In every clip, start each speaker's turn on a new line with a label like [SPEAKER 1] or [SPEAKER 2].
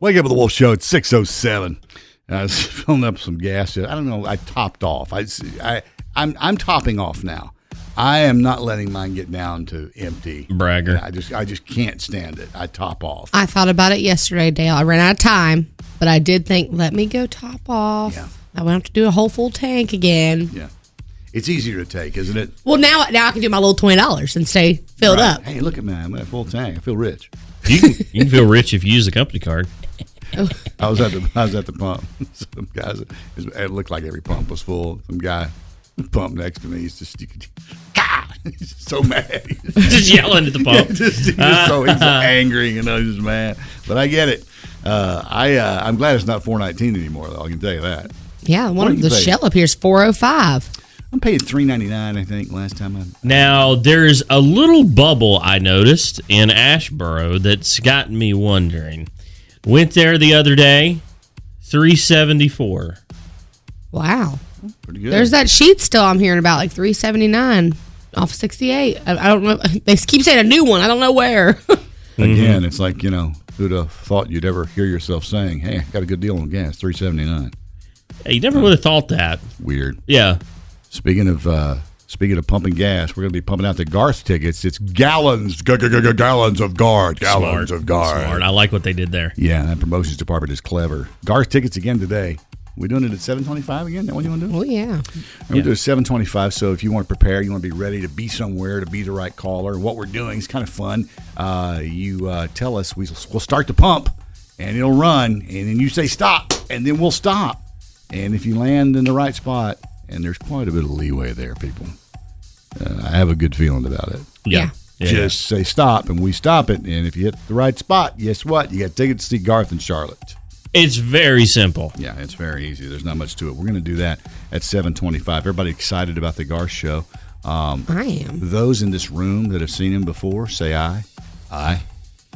[SPEAKER 1] Wake up with the Wolf Show at 607. I was filling up some gas. I don't know. I topped off. I, I, I'm, I'm topping off now. I am not letting mine get down to empty.
[SPEAKER 2] Bragger.
[SPEAKER 1] I just, I just can't stand it. I top off.
[SPEAKER 3] I thought about it yesterday, Dale. I ran out of time, but I did think, let me go top off.
[SPEAKER 1] Yeah.
[SPEAKER 3] I won't have to do a whole full tank again.
[SPEAKER 1] Yeah. It's easier to take, isn't it?
[SPEAKER 3] Well, now now I can do my little twenty dollars and stay filled
[SPEAKER 1] Right.
[SPEAKER 3] up.
[SPEAKER 1] Hey, look at me. I'm at full tank. I feel rich.
[SPEAKER 2] You can, you can feel rich if you use a company card.
[SPEAKER 1] I was at the I was at the pump. Some guys, it looked like every pump was full. Some guy, pump next to me, he's just, you could, "Ka!" he's just so mad. He's just,
[SPEAKER 2] Just yelling at the pump.
[SPEAKER 1] he's just so he's so angry, you know, he's just mad. But I get it. Uh, I uh, I'm glad it's not 419 anymore, though. I can tell you that.
[SPEAKER 3] Yeah, one
[SPEAKER 1] do
[SPEAKER 3] of
[SPEAKER 1] you
[SPEAKER 3] the
[SPEAKER 1] think?
[SPEAKER 3] shell up here is four oh five.
[SPEAKER 1] I'm paying 3.99, I think, last time I.
[SPEAKER 2] Now, there's a little bubble I noticed in Ashboro that's gotten me wondering. Went there the other day, 374.
[SPEAKER 3] Wow,
[SPEAKER 1] Pretty good.
[SPEAKER 3] there's that sheet still I'm hearing about like three seventy nine off sixty eight. I, I don't know. They keep saying a new one. I don't know where.
[SPEAKER 1] Again, it's like you know, who'd have thought you'd ever hear yourself saying, "Hey, I got a good deal on gas, 3.79."
[SPEAKER 2] Hey, you never would have thought that.
[SPEAKER 1] Weird.
[SPEAKER 2] Yeah.
[SPEAKER 1] Speaking of uh, speaking of pumping gas, we're going to be pumping out the Garth tickets. It's gallons, g- g- g- gallons of Garth, gallons
[SPEAKER 2] Smart.
[SPEAKER 1] of Garth.
[SPEAKER 2] Smart. I like what they did there.
[SPEAKER 1] Yeah, that promotions department is clever. Garth tickets again today. We're doing it at seven twenty-five again. That what you want to do?
[SPEAKER 3] oh yeah,
[SPEAKER 1] And We do seven twenty-five. So if you want to prepare, you want to be ready to be somewhere, to be the right caller. What we're doing is kind of fun. Uh, you uh, tell us we, we'll start the pump, and it'll run, and then you say stop, and then we'll stop. And if you land in the right spot, and there's quite a bit of leeway there, people. Uh, I have a good feeling about it.
[SPEAKER 3] yeah.
[SPEAKER 1] Just say stop, and we stop it. And if you hit the right spot, guess what? You got tickets to see Garth and Charlotte.
[SPEAKER 2] It's very simple.
[SPEAKER 1] Yeah, it's very easy. There's not much to it. We're going to do that at 7:25. Everybody excited about the Garth show? Um,
[SPEAKER 3] I am.
[SPEAKER 1] Those in this room that have seen him before, say aye. Aye.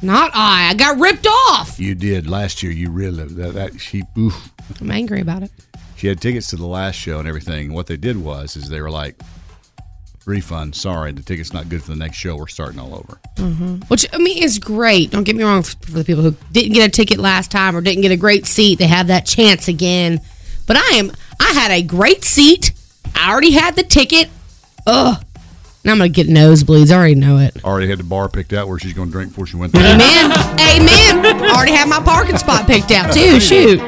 [SPEAKER 3] Not I. I got ripped off.
[SPEAKER 1] You did last year. You really that, that she oof.
[SPEAKER 3] I'm angry about it.
[SPEAKER 1] She had tickets to the last show and everything. What they did was is they were like, refund. Sorry, the ticket's not good for the next show. We're starting all over.
[SPEAKER 3] hmm Which I mean is great. Don't get me wrong. For the people who didn't get a ticket last time or didn't get a great seat, they have that chance again. But I am. I had a great seat. I already had the ticket. Ugh. Now I'm gonna get nosebleeds. I already know it.
[SPEAKER 1] Already had the bar picked out where she's going to drink before she went there.
[SPEAKER 3] Amen. Amen. I already had my parking spot picked out too. Shoot.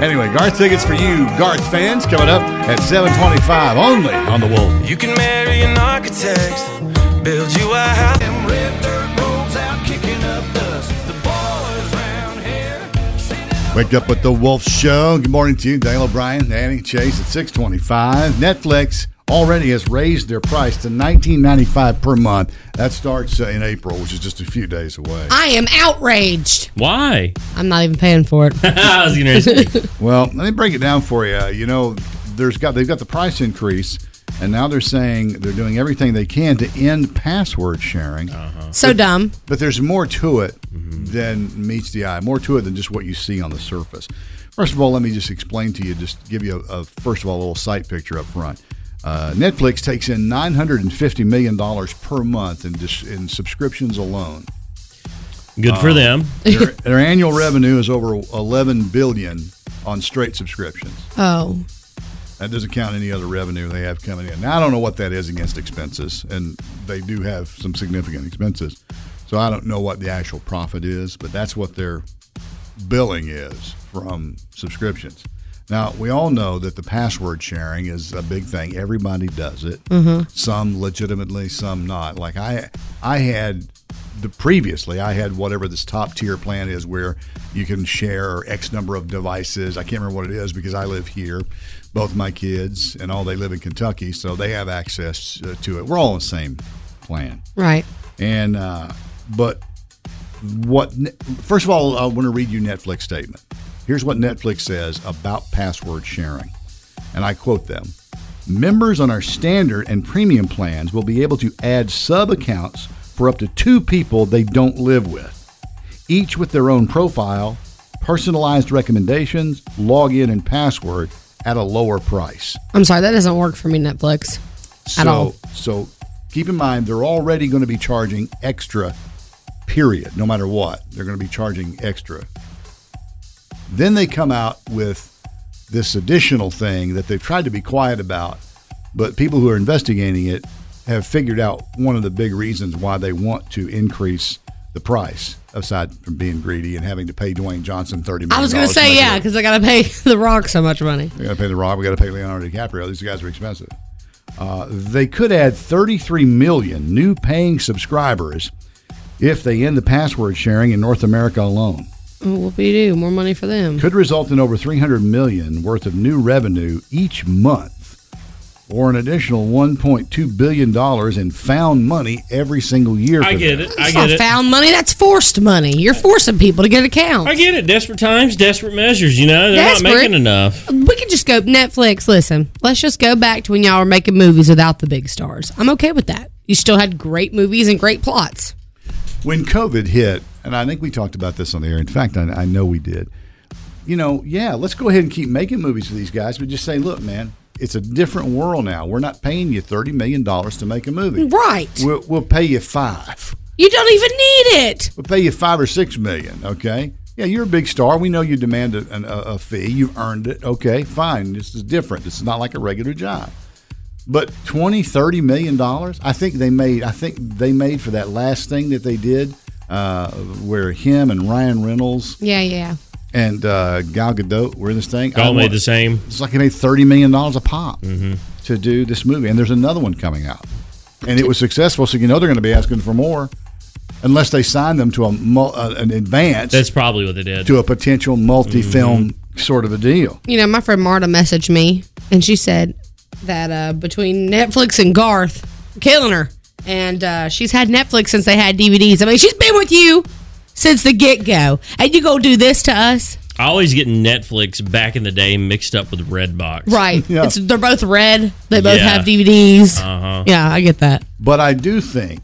[SPEAKER 1] Anyway, Garth tickets for you, Garth fans, coming up at 725 only on the Wolf.
[SPEAKER 4] You can marry an architect, build you a house.
[SPEAKER 1] Wake up with the Wolf Show. Good morning to you, Dale O'Brien, Annie Chase at 625. Netflix already has raised their price to 19.95 per month. That starts uh, in April, which is just a few days away.
[SPEAKER 3] I am outraged.
[SPEAKER 2] Why?
[SPEAKER 3] I'm not even paying for it.
[SPEAKER 2] I was gonna say.
[SPEAKER 1] Well, let me break it down for you. You know, there's got they've got the price increase, and now they're saying they're doing everything they can to end password sharing.
[SPEAKER 3] So dumb.
[SPEAKER 1] But there's more to it than meets the eye, more to it than just what you see on the surface. First of all, let me just explain to you, just give you a, a first of all, a little sight picture up front. Uh, Netflix takes in $950 million per month in, dis- in subscriptions alone.
[SPEAKER 2] Good
[SPEAKER 1] Uh,
[SPEAKER 2] for them.
[SPEAKER 1] Their, their annual revenue is over 11 billion on straight subscriptions.
[SPEAKER 3] Oh.
[SPEAKER 1] That doesn't count any other revenue they have coming in. Now, I don't know what that is against expenses, and they do have some significant expenses. So I don't know what the actual profit is, but that's what their billing is from subscriptions. Now, we all know that the password sharing is a big thing. Everybody does it. Some legitimately, some not. Like I I had the previously I had whatever this top tier plan is where you can share X number of devices. I can't remember what it is because I live here. Both my kids and all they live in Kentucky, so they have access uh, to it. We're all on the same plan.
[SPEAKER 3] Right.
[SPEAKER 1] And uh, but what? First of all, I want to read you Netflix statement. Here's what Netflix says about password sharing, and I quote them. Members on our standard and premium plans will be able to add sub accounts for up to two people they don't live with, each with their own profile, personalized recommendations, login, and password at a lower price.
[SPEAKER 3] I'm sorry. That doesn't work for me. Netflix.
[SPEAKER 1] So,
[SPEAKER 3] At all.
[SPEAKER 1] So keep in mind, they're already going to be charging extra, period, no matter what. They're going to be charging extra. Then they come out with this additional thing that they've tried to be quiet about, but people who are investigating it have figured out one of the big reasons why they want to increase the price, aside from being greedy and having to pay Dwayne Johnson $30 million.
[SPEAKER 3] I was gonna say
[SPEAKER 1] make it
[SPEAKER 3] yeah, because I gotta pay The Rock so much money.
[SPEAKER 1] we got to pay The Rock. We got to pay Leonardo DiCaprio. These guys are expensive. Uh, they could add 33 million new paying subscribers if they end the password sharing in North America alone.
[SPEAKER 3] Oh, whoopie do more money for them.
[SPEAKER 1] Could result in over 300 million worth of new revenue each month, or an additional 1.2 billion dollars in found money every single year.
[SPEAKER 2] I
[SPEAKER 1] for
[SPEAKER 2] get
[SPEAKER 1] them.
[SPEAKER 2] it. I
[SPEAKER 3] That's not
[SPEAKER 2] get it.
[SPEAKER 3] found money. That's forced money. You're forcing people to get accounts.
[SPEAKER 2] I get it. Desperate times, desperate measures. You know, they're
[SPEAKER 3] Desperate.
[SPEAKER 2] not making enough.
[SPEAKER 3] We could just go Netflix. Listen, let's just go back to when y'all were making movies without the big stars. I'm okay with that. You still had great movies and great plots.
[SPEAKER 1] when COVID hit, and I think we talked about this on the air. In fact, I, I know we did. You know, yeah, let's go ahead and keep making movies for these guys, but just say, look, man, it's a different world now. We're not paying you thirty million dollars to make a movie.
[SPEAKER 3] Right.
[SPEAKER 1] We'll, we'll pay you five.
[SPEAKER 3] You don't even need it.
[SPEAKER 1] We'll pay you five or six million. Okay. Yeah, you're a big star. We know you demand a, an- a, a fee. You've earned it. Okay, fine. This is different. This is not like a regular job. But 20, 30 million dollars, I think they made. I think they made for that last thing that they did, uh, where him and Ryan Reynolds
[SPEAKER 3] Yeah, yeah.
[SPEAKER 1] and uh, Gal Gadot were in this thing. I
[SPEAKER 2] All made
[SPEAKER 1] want-
[SPEAKER 2] the same.
[SPEAKER 1] It's like they made thirty million dollars a pop to do this movie, and there's another one coming out, and it was successful. So you know they're going to be asking for more, unless they sign them to a mul- uh, an advance
[SPEAKER 2] That's probably what they did.
[SPEAKER 1] to a potential multi-film sort of a deal.
[SPEAKER 3] You know, my friend Marta messaged me and she said that uh, between Netflix and Garth, killing her. and uh, she's had Netflix since they had DVDs. I mean, she's been with you since the get go, and you go do this to us,
[SPEAKER 2] I always get Netflix back in the day mixed up with Redbox.
[SPEAKER 3] right? It's, they're both red. They both
[SPEAKER 2] Yeah.
[SPEAKER 3] have DVDs.
[SPEAKER 2] Uh-huh.
[SPEAKER 3] Yeah, I get that.
[SPEAKER 1] But I do think,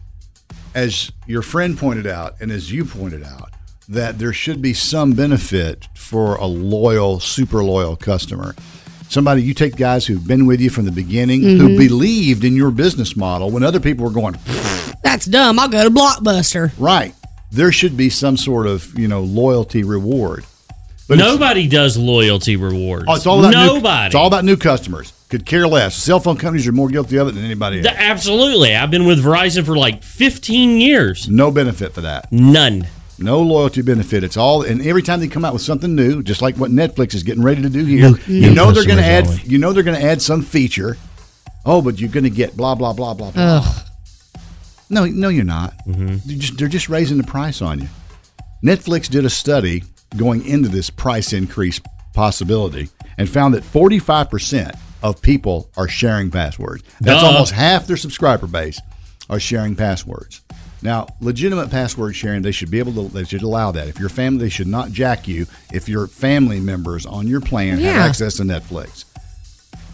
[SPEAKER 1] as your friend pointed out, and as you pointed out, that there should be some benefit for a loyal, super loyal customer. Somebody you take guys who've been with you from the beginning, who
[SPEAKER 3] Mhm.
[SPEAKER 1] believed in your business model when other people were going,
[SPEAKER 3] That's dumb. I'll go to Blockbuster.
[SPEAKER 1] right. There should be some sort of you know loyalty reward. But it's-
[SPEAKER 2] Nobody does loyalty rewards.
[SPEAKER 1] Oh, it's all about
[SPEAKER 2] nobody.
[SPEAKER 1] New, it's all about new customers. Could care less. Cell phone companies are more guilty of it than anybody else.
[SPEAKER 2] Th- absolutely. I've been with Verizon for like 15 years.
[SPEAKER 1] No benefit for that.
[SPEAKER 2] None.
[SPEAKER 1] No loyalty benefit. It's all, and every time they come out with something new, just like what Netflix is getting ready to do here,
[SPEAKER 2] New-
[SPEAKER 1] you
[SPEAKER 2] new
[SPEAKER 1] know they're going to add.
[SPEAKER 2] customers only.
[SPEAKER 1] You know they're going to add some feature. Oh, but you're going to get blah blah blah blah blah.
[SPEAKER 3] Ugh.
[SPEAKER 1] No, no, you're not. They're, just, they're just raising the price on you. Netflix did a study going into this price increase possibility and found that 45% of people are sharing passwords. That's
[SPEAKER 2] Duh.
[SPEAKER 1] almost half their subscriber base are sharing passwords. Now, legitimate password sharing, they should be able to, they should allow that. If your family, they should not jack you if your family members on your plan
[SPEAKER 3] Yeah.
[SPEAKER 1] have access to Netflix.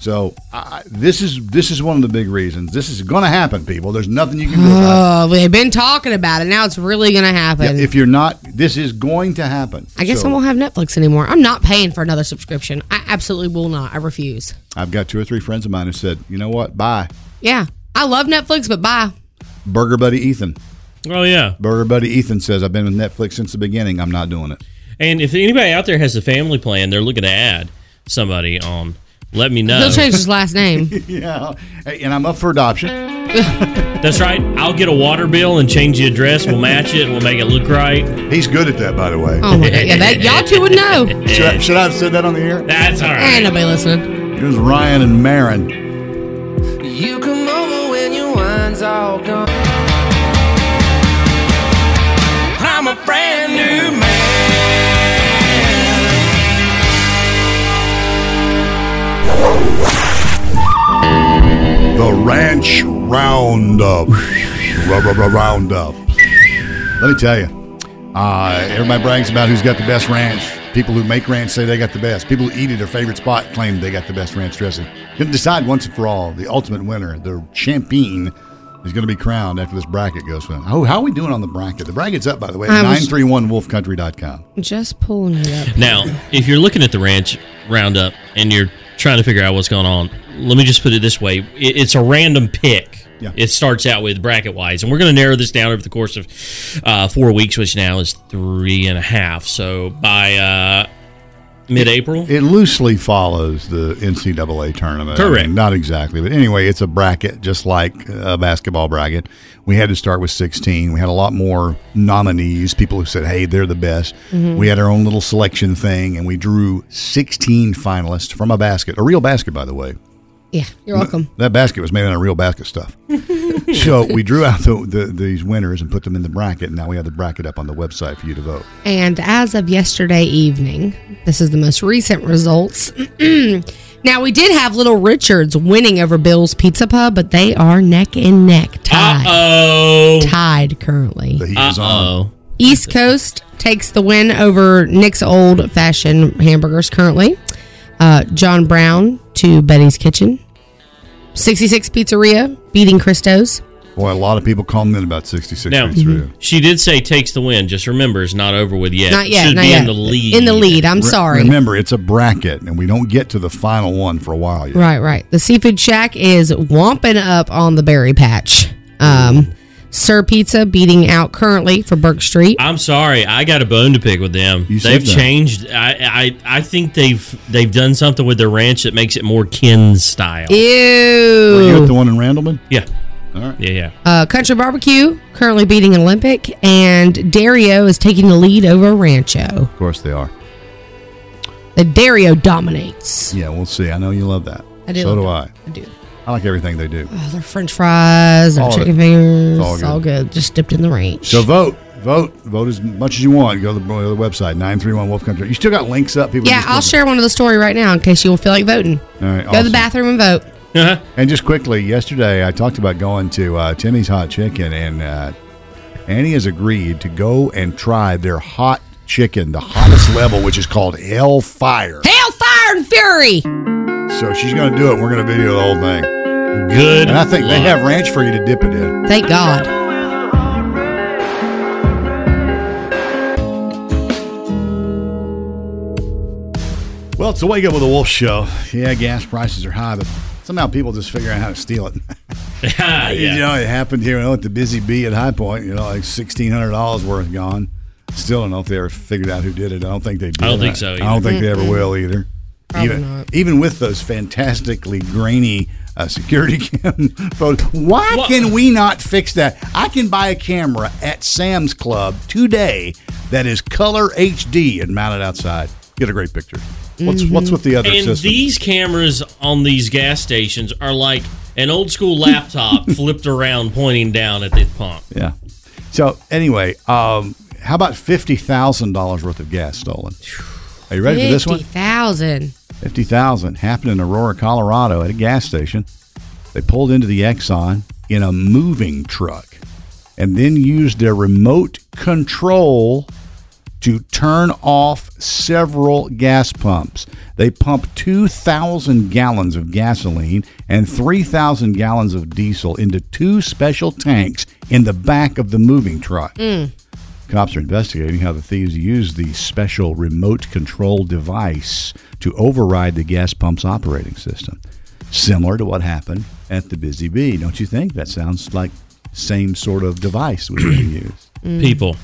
[SPEAKER 1] So I, I- this is this is one of the big reasons. This is going to happen, people. There's nothing you can do about it.
[SPEAKER 3] Oh, they've been talking about it. Now it's really going to happen.
[SPEAKER 1] Yeah, if you're not, this is going to happen.
[SPEAKER 3] I guess
[SPEAKER 1] So,
[SPEAKER 3] I won't have Netflix anymore. I'm not paying for another subscription. I absolutely will not. I refuse.
[SPEAKER 1] I've got two or three friends of mine who said, you know what? Bye.
[SPEAKER 3] Yeah, I love Netflix, but bye.
[SPEAKER 1] Burger Buddy Ethan.
[SPEAKER 2] Oh, yeah.
[SPEAKER 1] Burger Buddy Ethan says, I've been with Netflix since the beginning. I'm not doing it.
[SPEAKER 2] And if anybody out there has a family plan, they're looking to add somebody on. Let me know.
[SPEAKER 3] He'll change his last name.
[SPEAKER 1] yeah. Hey, And I'm up for adoption.
[SPEAKER 2] That's right. I'll get a water bill and change the address. We'll match it. We'll make it look right.
[SPEAKER 1] He's good at that, by the way.
[SPEAKER 5] Hmm.
[SPEAKER 3] Oh my god, yeah, that y'all two would know.
[SPEAKER 1] Should, I, should I have said that on the air?
[SPEAKER 2] That's all right.
[SPEAKER 3] Ain't nobody listening.
[SPEAKER 1] Here's Ryan and Marin.
[SPEAKER 4] You come over when your wine's all gone. I'm a brand new man.
[SPEAKER 1] The Ranch Roundup. Roundup. Let me tell you, uh, everybody brags about who's got the best ranch. People who make ranch say they got the best. People who eat at their favorite spot claim they got the best ranch dressing. Going to decide once and for all the ultimate winner, the champion, is going to be crowned after this bracket goes in. Oh, how are we doing on the bracket? The bracket's up, by the way, at
[SPEAKER 3] I was-
[SPEAKER 1] 931wolfcountry.com.
[SPEAKER 3] Just pulling it up.
[SPEAKER 2] Now, if you're looking at the ranch roundup and you're trying to figure out what's going on, let me just put it this way: I- it's a random pick.
[SPEAKER 1] Yeah.
[SPEAKER 2] It starts out with bracket wise, and we're going to narrow this down over the course of uh, four weeks, which now is three and a half. So by uh, mid-April,
[SPEAKER 1] It loosely follows the NCAA tournament. I mean,
[SPEAKER 2] Correct.
[SPEAKER 1] not exactly, but anyway, it's a bracket just like a basketball bracket. We had to start with 16. We had a lot more nominees, people who said, hey, they're the best. We had our own little selection thing, and we drew 16 finalists from a basket, a real basket, by the way.
[SPEAKER 3] Yeah, you're welcome.
[SPEAKER 1] That basket was made out of real basket stuff. so we drew out the, the, these winners and put them in the bracket, and now we have the bracket up on the website for you to vote.
[SPEAKER 3] And as of yesterday evening, this is the most recent results. now we did have Little Richards winning over Bill's Pizza Pub, but they are neck and neck
[SPEAKER 2] uh
[SPEAKER 3] tied.
[SPEAKER 2] oh,
[SPEAKER 3] Tied currently.
[SPEAKER 1] The heat
[SPEAKER 2] uh
[SPEAKER 1] is on.
[SPEAKER 2] oh,
[SPEAKER 3] East Coast takes the win over Nick's Old Fashioned Hamburgers currently. Uh, John Brown to Betty's Kitchen. 66 Pizzeria beating Christo's.
[SPEAKER 1] Boy, a lot of people calling in about 66
[SPEAKER 2] Now-
[SPEAKER 1] weeks through.
[SPEAKER 2] she did say takes the win. Just remember, it's not over with yet.
[SPEAKER 3] Not yet.
[SPEAKER 2] Should
[SPEAKER 3] not
[SPEAKER 2] be
[SPEAKER 3] yet.
[SPEAKER 2] in the lead.
[SPEAKER 3] In the lead. I'm
[SPEAKER 1] Re-
[SPEAKER 3] sorry.
[SPEAKER 1] Remember, it's a bracket, and we don't get to the final one for a while yet.
[SPEAKER 3] Right, right. The Seafood Shack is womping up on the berry patch. Um, Sir Pizza beating out currently for Burke Street.
[SPEAKER 2] I'm sorry, I got a bone to pick with them.
[SPEAKER 1] You said
[SPEAKER 2] they've
[SPEAKER 1] that.
[SPEAKER 2] changed. I, I I think they've they've done something with their ranch that makes it more kin style.
[SPEAKER 1] Were you at the
[SPEAKER 3] Ew.
[SPEAKER 1] one in Randleman?
[SPEAKER 2] yeah,
[SPEAKER 1] All right.
[SPEAKER 2] yeah, yeah.
[SPEAKER 3] Uh, Country Barbecue currently beating Olympic. And Dario is taking the lead over Rancho.
[SPEAKER 1] Of course they are.
[SPEAKER 3] The Dario dominates.
[SPEAKER 1] Yeah, we'll see. I know you love that.
[SPEAKER 3] I do
[SPEAKER 1] So
[SPEAKER 3] love
[SPEAKER 1] do I.
[SPEAKER 3] that. I do.
[SPEAKER 1] I like everything they do.
[SPEAKER 3] Oh, their French fries, their
[SPEAKER 1] All of
[SPEAKER 3] chicken
[SPEAKER 1] it.
[SPEAKER 3] fingers,
[SPEAKER 1] It's all
[SPEAKER 3] all good. Just dipped in the range.
[SPEAKER 1] So vote. Vote. Vote as much as you want. Go to the, go to the website, 931 Wolf Country. You still got links up. People
[SPEAKER 3] yeah,
[SPEAKER 1] just
[SPEAKER 3] I'll
[SPEAKER 1] go-
[SPEAKER 3] share one of the story right now in case you will feel like voting.
[SPEAKER 1] All right,
[SPEAKER 3] Go to the
[SPEAKER 1] awesome.
[SPEAKER 3] bathroom and vote.
[SPEAKER 2] Uh-huh.
[SPEAKER 1] and just quickly, yesterday I talked about going to uh, Timmy's Hot Chicken, and uh, Annie has agreed to go and try their hot chicken, the hottest level, which is called Hellfire.
[SPEAKER 3] Hellfire and Fury.
[SPEAKER 1] So she's going to do it. We're going to video the whole thing.
[SPEAKER 2] Good.
[SPEAKER 1] And I think they have ranch for you to dip it in.
[SPEAKER 3] Thank God.
[SPEAKER 1] Well, it's the Wake Up with the Wolf show. Yeah, gas prices are high, but somehow people just figure out how to steal it.
[SPEAKER 2] yeah.
[SPEAKER 1] You know, it happened here you know, at the Busy Bee at High Point. You know, like sixteen hundred dollars worth gone. Still don't know if they ever figured out who did it. I don't think they did.
[SPEAKER 2] I don't think so
[SPEAKER 1] I don't
[SPEAKER 2] either.
[SPEAKER 1] think they ever will either. even even with those fantastically grainy uh, security cam photos, why
[SPEAKER 2] What-
[SPEAKER 1] can we not fix that? I can buy a camera at Sam's Club today that is color HD and mount it outside. Get a great picture. What's what's with the other
[SPEAKER 2] Mm-hmm. and
[SPEAKER 1] system?
[SPEAKER 2] these cameras on these gas stations are like an old school laptop flipped around, pointing down at the pump.
[SPEAKER 1] Yeah. So anyway, um, how about fifty thousand dollars worth of gas stolen? Are you ready for this one?
[SPEAKER 3] 50,000.
[SPEAKER 1] Fifty thousand happened in Aurora, Colorado, at a gas station. They pulled into the Exxon in a moving truck, and then used their remote control to turn off several gas pumps. They pumped 2,000 gallons of gasoline and 3,000 gallons of diesel into two special tanks in the back of the moving truck. Cops are investigating how the thieves used the special remote control device to override the gas pump's operating system. Similar to what happened at the Busy Bee, don't you think? That sounds like same sort of device we would have used.
[SPEAKER 2] People,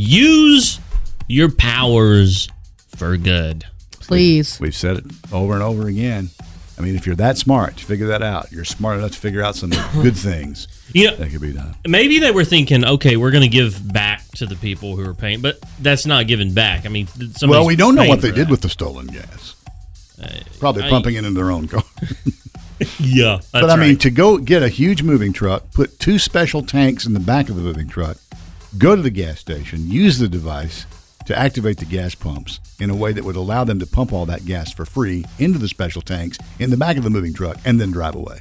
[SPEAKER 2] use your powers for good.
[SPEAKER 3] Please.
[SPEAKER 1] We've said it over and over again. I mean, if you're that smart, you figure that out. You're smart enough to figure out some good things
[SPEAKER 2] You know,
[SPEAKER 1] that could be done.
[SPEAKER 2] maybe they were thinking, okay, we're going to give back to the people who are paying, but that's not giving back. I mean, th-
[SPEAKER 1] well,
[SPEAKER 2] somebody's
[SPEAKER 1] we don't know
[SPEAKER 2] paying
[SPEAKER 1] what they
[SPEAKER 2] for
[SPEAKER 1] did
[SPEAKER 2] that.
[SPEAKER 1] with the stolen gas. Probably
[SPEAKER 2] I-
[SPEAKER 1] pumping it into their own car.
[SPEAKER 2] Yeah, that's
[SPEAKER 1] but I mean,
[SPEAKER 2] right.
[SPEAKER 1] to go get a huge moving truck, put two special tanks in the back of the moving truck, go to the gas station, use the device to activate the gas pumps in a way that would allow them to pump all that gas for free into the special tanks in the back of the moving truck and then drive away.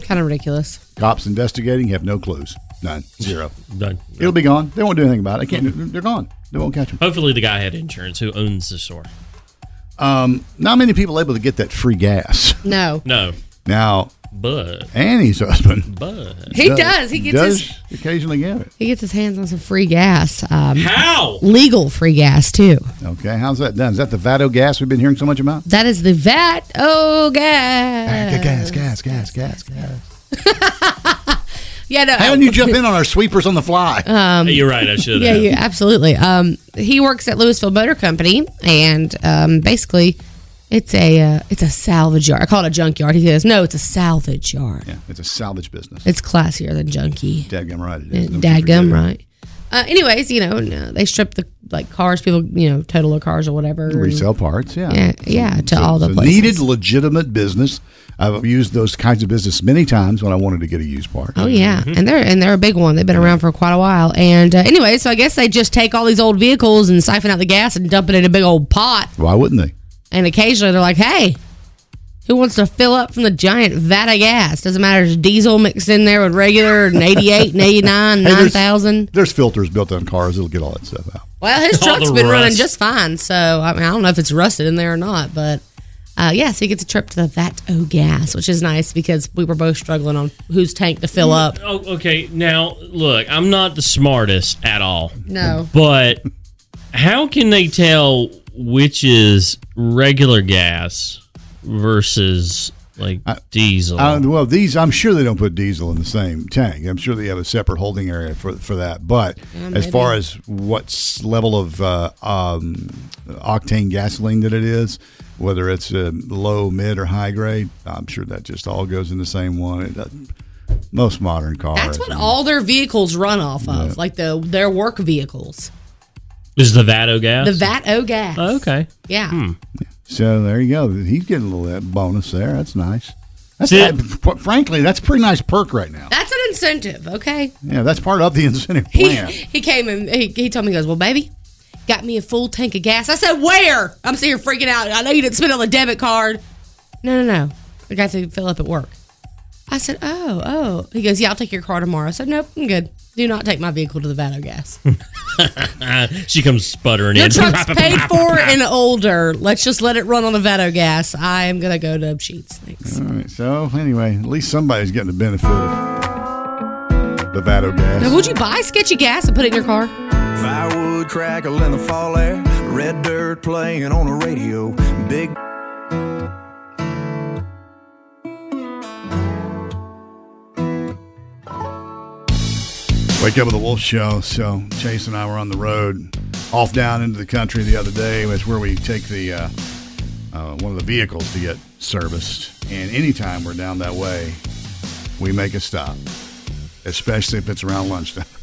[SPEAKER 3] Kind of ridiculous.
[SPEAKER 1] Cops investigating have no clues. None. Zero.
[SPEAKER 2] Done.
[SPEAKER 1] It'll be gone. They won't do anything about it. I can't. do- They're gone. They won't catch them.
[SPEAKER 2] Hopefully, the guy had insurance who owns the store.
[SPEAKER 1] Um, not many people able to get that free gas.
[SPEAKER 3] No.
[SPEAKER 2] No,
[SPEAKER 1] Now,
[SPEAKER 2] but
[SPEAKER 1] Annie's husband
[SPEAKER 2] but
[SPEAKER 3] He does. He gets
[SPEAKER 1] does
[SPEAKER 3] his
[SPEAKER 1] occasionally get it.
[SPEAKER 3] he gets his hands on some free gas. Um,
[SPEAKER 2] how?
[SPEAKER 3] legal free gas too.
[SPEAKER 1] Okay, how's that done? Is that the Vado gas we've been hearing so much about?
[SPEAKER 3] That is the vat oh gas.
[SPEAKER 1] Gas, gas, gas, gas, gas.
[SPEAKER 3] Yeah, no.
[SPEAKER 1] How didn't you jump in on our sweepers on the fly?
[SPEAKER 3] Uh,
[SPEAKER 2] You're right. I should.
[SPEAKER 3] Um, yeah,
[SPEAKER 2] have.
[SPEAKER 3] yeah, absolutely. Um, he works at Louisville Motor Company, and um, basically, it's a uh, it's a salvage yard. I call it a junkyard. He says, no, it's a salvage yard.
[SPEAKER 1] yeah, it's a salvage business.
[SPEAKER 3] It's classier than junkie.
[SPEAKER 1] Dadgum right, it is. Don't you forget
[SPEAKER 3] Dadgum,
[SPEAKER 1] it.
[SPEAKER 3] right? Uh, anyways, you know, no, they strip the like cars. People, you know, total their cars or whatever. and-
[SPEAKER 1] Resell parts, yeah.
[SPEAKER 3] Yeah, yeah, to all the
[SPEAKER 1] it's a
[SPEAKER 3] places.
[SPEAKER 1] Needed legitimate business. I've used those kinds of business many times when I wanted to get a used part.
[SPEAKER 3] Oh yeah,
[SPEAKER 1] Mm-hmm.
[SPEAKER 3] and they're and they're a big one. They've been around for quite a while. And uh, anyway, so I guess they just take all these old vehicles and siphon out the gas and dump it in a big old pot.
[SPEAKER 1] Why wouldn't they?
[SPEAKER 3] And occasionally they're like, "Hey, who wants to fill up from the giant vat of gas? Doesn't matter if it's diesel mixed in there with regular and eighty eight and eighty nine,
[SPEAKER 1] Hey,
[SPEAKER 3] nine
[SPEAKER 1] there's-
[SPEAKER 3] thousand.
[SPEAKER 1] There's filters built on cars. It'll get all that stuff out.
[SPEAKER 3] Well, his
[SPEAKER 2] All
[SPEAKER 3] truck's
[SPEAKER 2] the
[SPEAKER 3] been running
[SPEAKER 2] rust.
[SPEAKER 3] just fine. So I, mean, I don't know if it's rusted in there or not, but uh, yeah, so he gets a trip to the vat o gas, which is nice because we were both struggling on whose tank to fill up.
[SPEAKER 2] Oh, okay. Now, look, I'm not the smartest at all,
[SPEAKER 3] No.
[SPEAKER 2] but how can they tell which is regular gas versus like diesel?
[SPEAKER 1] Uh, well, these I'm sure they don't put diesel in the same tank. I'm sure they have a separate holding area for for that. But as far as what s- level of uh, um, octane gasoline that it is, whether it's uh, low, mid, or high grade, I'm sure that just all goes in the same one. It, doesn't most modern cars.
[SPEAKER 3] That's what
[SPEAKER 1] I mean,
[SPEAKER 3] all their vehicles run off of, like the their work vehicles.
[SPEAKER 2] is the Vado gas?
[SPEAKER 3] The VAT O gas.
[SPEAKER 2] Oh, okay.
[SPEAKER 3] Yeah.
[SPEAKER 1] So there you go. He's getting a little bonus there. That's nice. That's
[SPEAKER 2] See-
[SPEAKER 1] that- frankly, that's a pretty nice perk right now.
[SPEAKER 3] That's an incentive, okay?
[SPEAKER 1] Yeah, that's part of the incentive
[SPEAKER 3] He
[SPEAKER 1] plan.
[SPEAKER 3] he came and he, he told me, he goes, Well, baby, got me a full tank of gas. I said, Where? I'm sitting here freaking out. I know you didn't spend on the debit card. No, no, no. I got to fill up at work. I said, oh, oh. He goes, yeah, I'll take your car tomorrow. I said, nope, I'm good. Do not take my vehicle to the Vado Gas.
[SPEAKER 2] Uh, she comes sputtering
[SPEAKER 3] Your
[SPEAKER 2] in.
[SPEAKER 3] truck's paid for and older. Let's just let it run on the Vado Gas. I am going to go to Sheets. Thanks.
[SPEAKER 1] All right. So anyway, at least somebody's getting the benefit of the Vado gas.
[SPEAKER 3] Now, would you buy sketchy gas and put it in your car?
[SPEAKER 6] Firewood crackle in the fall air, red dirt playing on a radio, big.
[SPEAKER 1] Wake up with the Wolf Show. So Chase and I were on the road, off down into the country the other day. That's where we take the uh, uh, one of the vehicles to get serviced. And anytime we're down that way, we make a stop, especially if it's around lunchtime.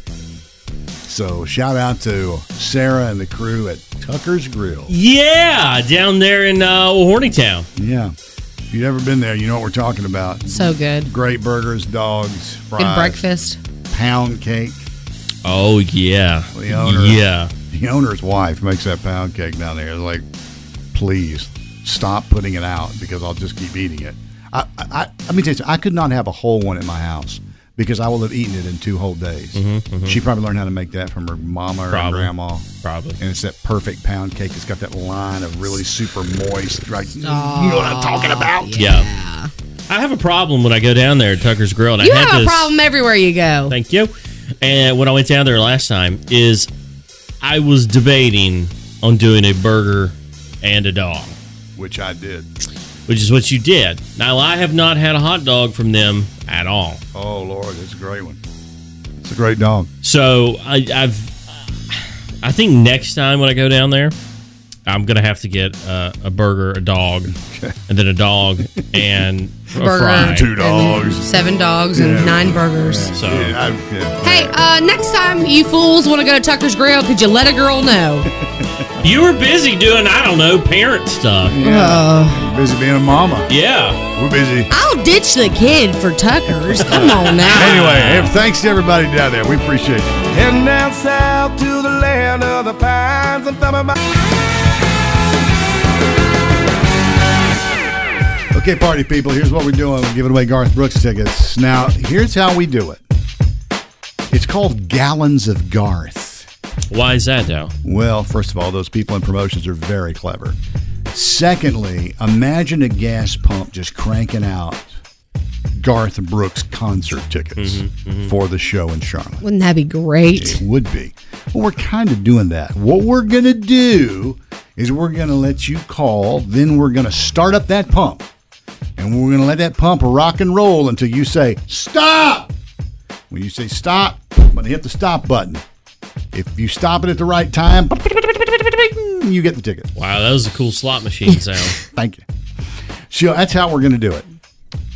[SPEAKER 1] So shout out to Sarah and the crew at Tucker's Grill.
[SPEAKER 2] Yeah, down there in uh, Hornytown.
[SPEAKER 1] Yeah. If you've ever been there, you know what we're talking about.
[SPEAKER 3] So good.
[SPEAKER 1] Great burgers, dogs, fries,
[SPEAKER 3] Good breakfast.
[SPEAKER 1] pound cake.
[SPEAKER 2] Oh yeah,
[SPEAKER 1] The owner,
[SPEAKER 2] yeah.
[SPEAKER 1] the owner's wife makes that pound cake down there. It's like, please stop putting it out because I'll just keep eating it. I, I, I let me tell you, something. I could not have a whole one at my house because I will have eaten it in two whole days. She probably learned how to make that from her mama or her
[SPEAKER 2] Probably.
[SPEAKER 1] grandma.
[SPEAKER 2] Probably.
[SPEAKER 1] And it's that perfect pound cake. It's got that line of really super moist. Right? You know what I'm talking about?
[SPEAKER 2] Yeah. I have a problem when I go down there at Tucker's Grill. And
[SPEAKER 3] You
[SPEAKER 2] I had
[SPEAKER 3] have a
[SPEAKER 2] this,
[SPEAKER 3] problem everywhere you go.
[SPEAKER 2] Thank you. And when I went down there last time, is I was debating on doing a burger and a dog,
[SPEAKER 1] Which I did.
[SPEAKER 2] which is what you did. Now I have not had a hot dog from them at all.
[SPEAKER 1] Oh Lord, it's a great one. It's a great dog.
[SPEAKER 2] So I, I've, I think next time when I go down there, I'm gonna have to get uh, a burger, a dog, and then a dog and a fry.
[SPEAKER 1] Two
[SPEAKER 3] and
[SPEAKER 1] dogs.
[SPEAKER 3] Seven dogs and
[SPEAKER 2] Yeah.
[SPEAKER 3] nine burgers.
[SPEAKER 2] So
[SPEAKER 1] Yeah, I- yeah.
[SPEAKER 3] Hey, uh, next time you fools want to go to Tucker's Grill, could you let a girl know?
[SPEAKER 2] you were busy doing I don't know parent stuff.
[SPEAKER 1] Mm-hmm. Yeah. Busy being a mama.
[SPEAKER 2] Yeah.
[SPEAKER 1] We're busy.
[SPEAKER 3] I'll ditch the kid for Tucker's. Come on now.
[SPEAKER 1] Anyway, hey, thanks to everybody down there. We appreciate you.
[SPEAKER 6] Heading down south to the land of the pines and thumbing my.
[SPEAKER 1] Okay, party people, here's what we're doing. We're giving away Garth Brooks tickets. Now, here's how we do it it's called Gallons of Garth.
[SPEAKER 2] Why is that though?
[SPEAKER 1] Well, first of all, those people in promotions are very clever. Secondly, imagine a gas pump just cranking out Garth Brooks concert tickets for the show in Charlotte.
[SPEAKER 3] Wouldn't that be great?
[SPEAKER 1] It would be. Well, we're kind of doing that. What we're going to do is we're going to let you call, then we're going to start up that pump. And we're going to let that pump rock and roll until you say, stop. When you say stop, I'm going to hit the stop button. If you stop it at the right time, you get the ticket.
[SPEAKER 2] Wow, that was a cool slot machine sound.
[SPEAKER 1] Thank you. So that's how we're going to do it.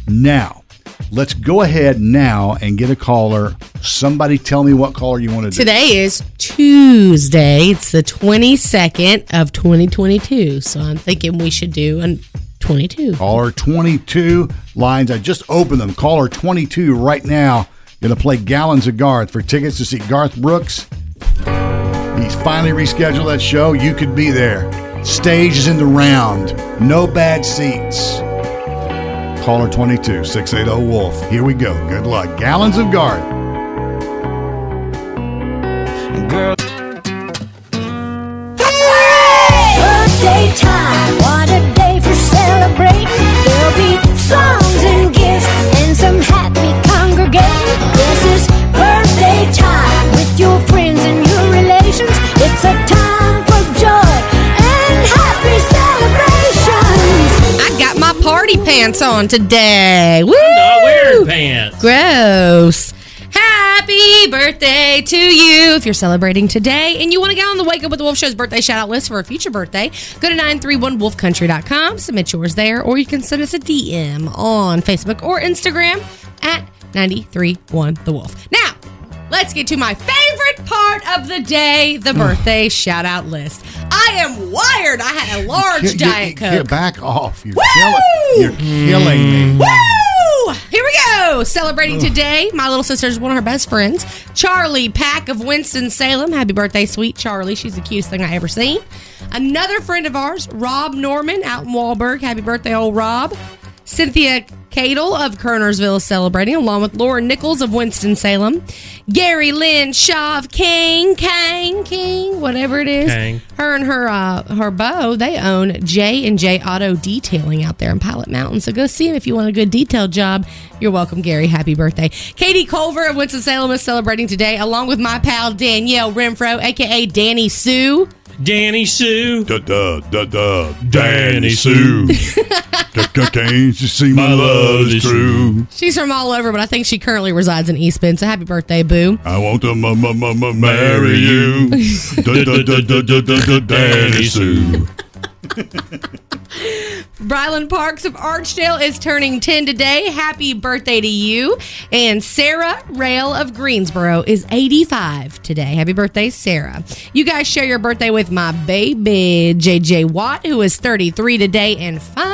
[SPEAKER 1] Now, let's go ahead now and get a caller. Somebody tell me what caller you want to do.
[SPEAKER 3] Today is Tuesday. It's the 22nd of 2022. So I'm thinking we should do a 22.
[SPEAKER 1] Caller 22 lines. I just opened them. Caller 22 right now. Going to play Gallons of Garth for tickets to see Garth Brooks. He's finally rescheduled that show. You could be there. Stage is in the round. No bad seats. Caller 22, 680 Wolf. Here we go. Good luck. Gallons of Garth.
[SPEAKER 6] Girl.
[SPEAKER 7] Birthday time, what a day for celebrating. There'll be songs and gifts and some happy congregating. This is birthday time with your friends and your relations. It's a time for joy and happy celebrations.
[SPEAKER 3] I got my party pants on today. Woo!
[SPEAKER 2] Not wearing Oh, pants.
[SPEAKER 3] Gross. Happy birthday to you if you're celebrating today and you want to get on the Wake Up with the Wolf Show's birthday shout out list for a future birthday. Go to 931wolfcountry.com, submit yours there, or you can send us a DM on Facebook or Instagram at 931thewolf. Now, let's get to my favorite part of the day the birthday shout out list. I am wired. I had a large
[SPEAKER 1] Get- get-
[SPEAKER 3] Diet
[SPEAKER 1] get-
[SPEAKER 3] Coke.
[SPEAKER 1] get back off. You're,
[SPEAKER 3] Woo!
[SPEAKER 1] killing, you're killing me.
[SPEAKER 3] Woo! Here we go. Celebrating today, my little sister's one of her best friends, Charlie Pack of Winston Salem. Happy birthday, sweet Charlie. She's the cutest thing I ever seen. Another friend of ours, Rob Norman, out in Walberg. Happy birthday, old Rob. Cynthia Cadle of Kernersville is celebrating, along with Lauren Nichols of Winston-Salem, Gary Lynn Shaw of King, King, King, whatever it is.
[SPEAKER 8] King.
[SPEAKER 3] Her and her uh, her beau, they own J and J Auto Detailing out there in Pilot Mountain. So go see him if you want a good detail job. You're welcome, Gary. Happy birthday. Katie Culver of Winston-Salem is celebrating today, along with my pal Danielle Renfro, aka Danny Sue.
[SPEAKER 2] Danny Sue.
[SPEAKER 1] Da da da da. Danny Sue. Da, da, Can't you see my love is true?
[SPEAKER 3] She's from all over, but I think she currently resides in East Bend. So happy birthday, Boo.
[SPEAKER 1] I want to ma ma ma ma marry you. Da da da da da da da. Danny Sue.
[SPEAKER 3] Brylan Parks of Archdale is turning 10 today. Happy birthday to you. And Sarah Rail of Greensboro is 85 today. Happy birthday, Sarah. You guys share your birthday with my baby, JJ Watt, who is 33 today and fine.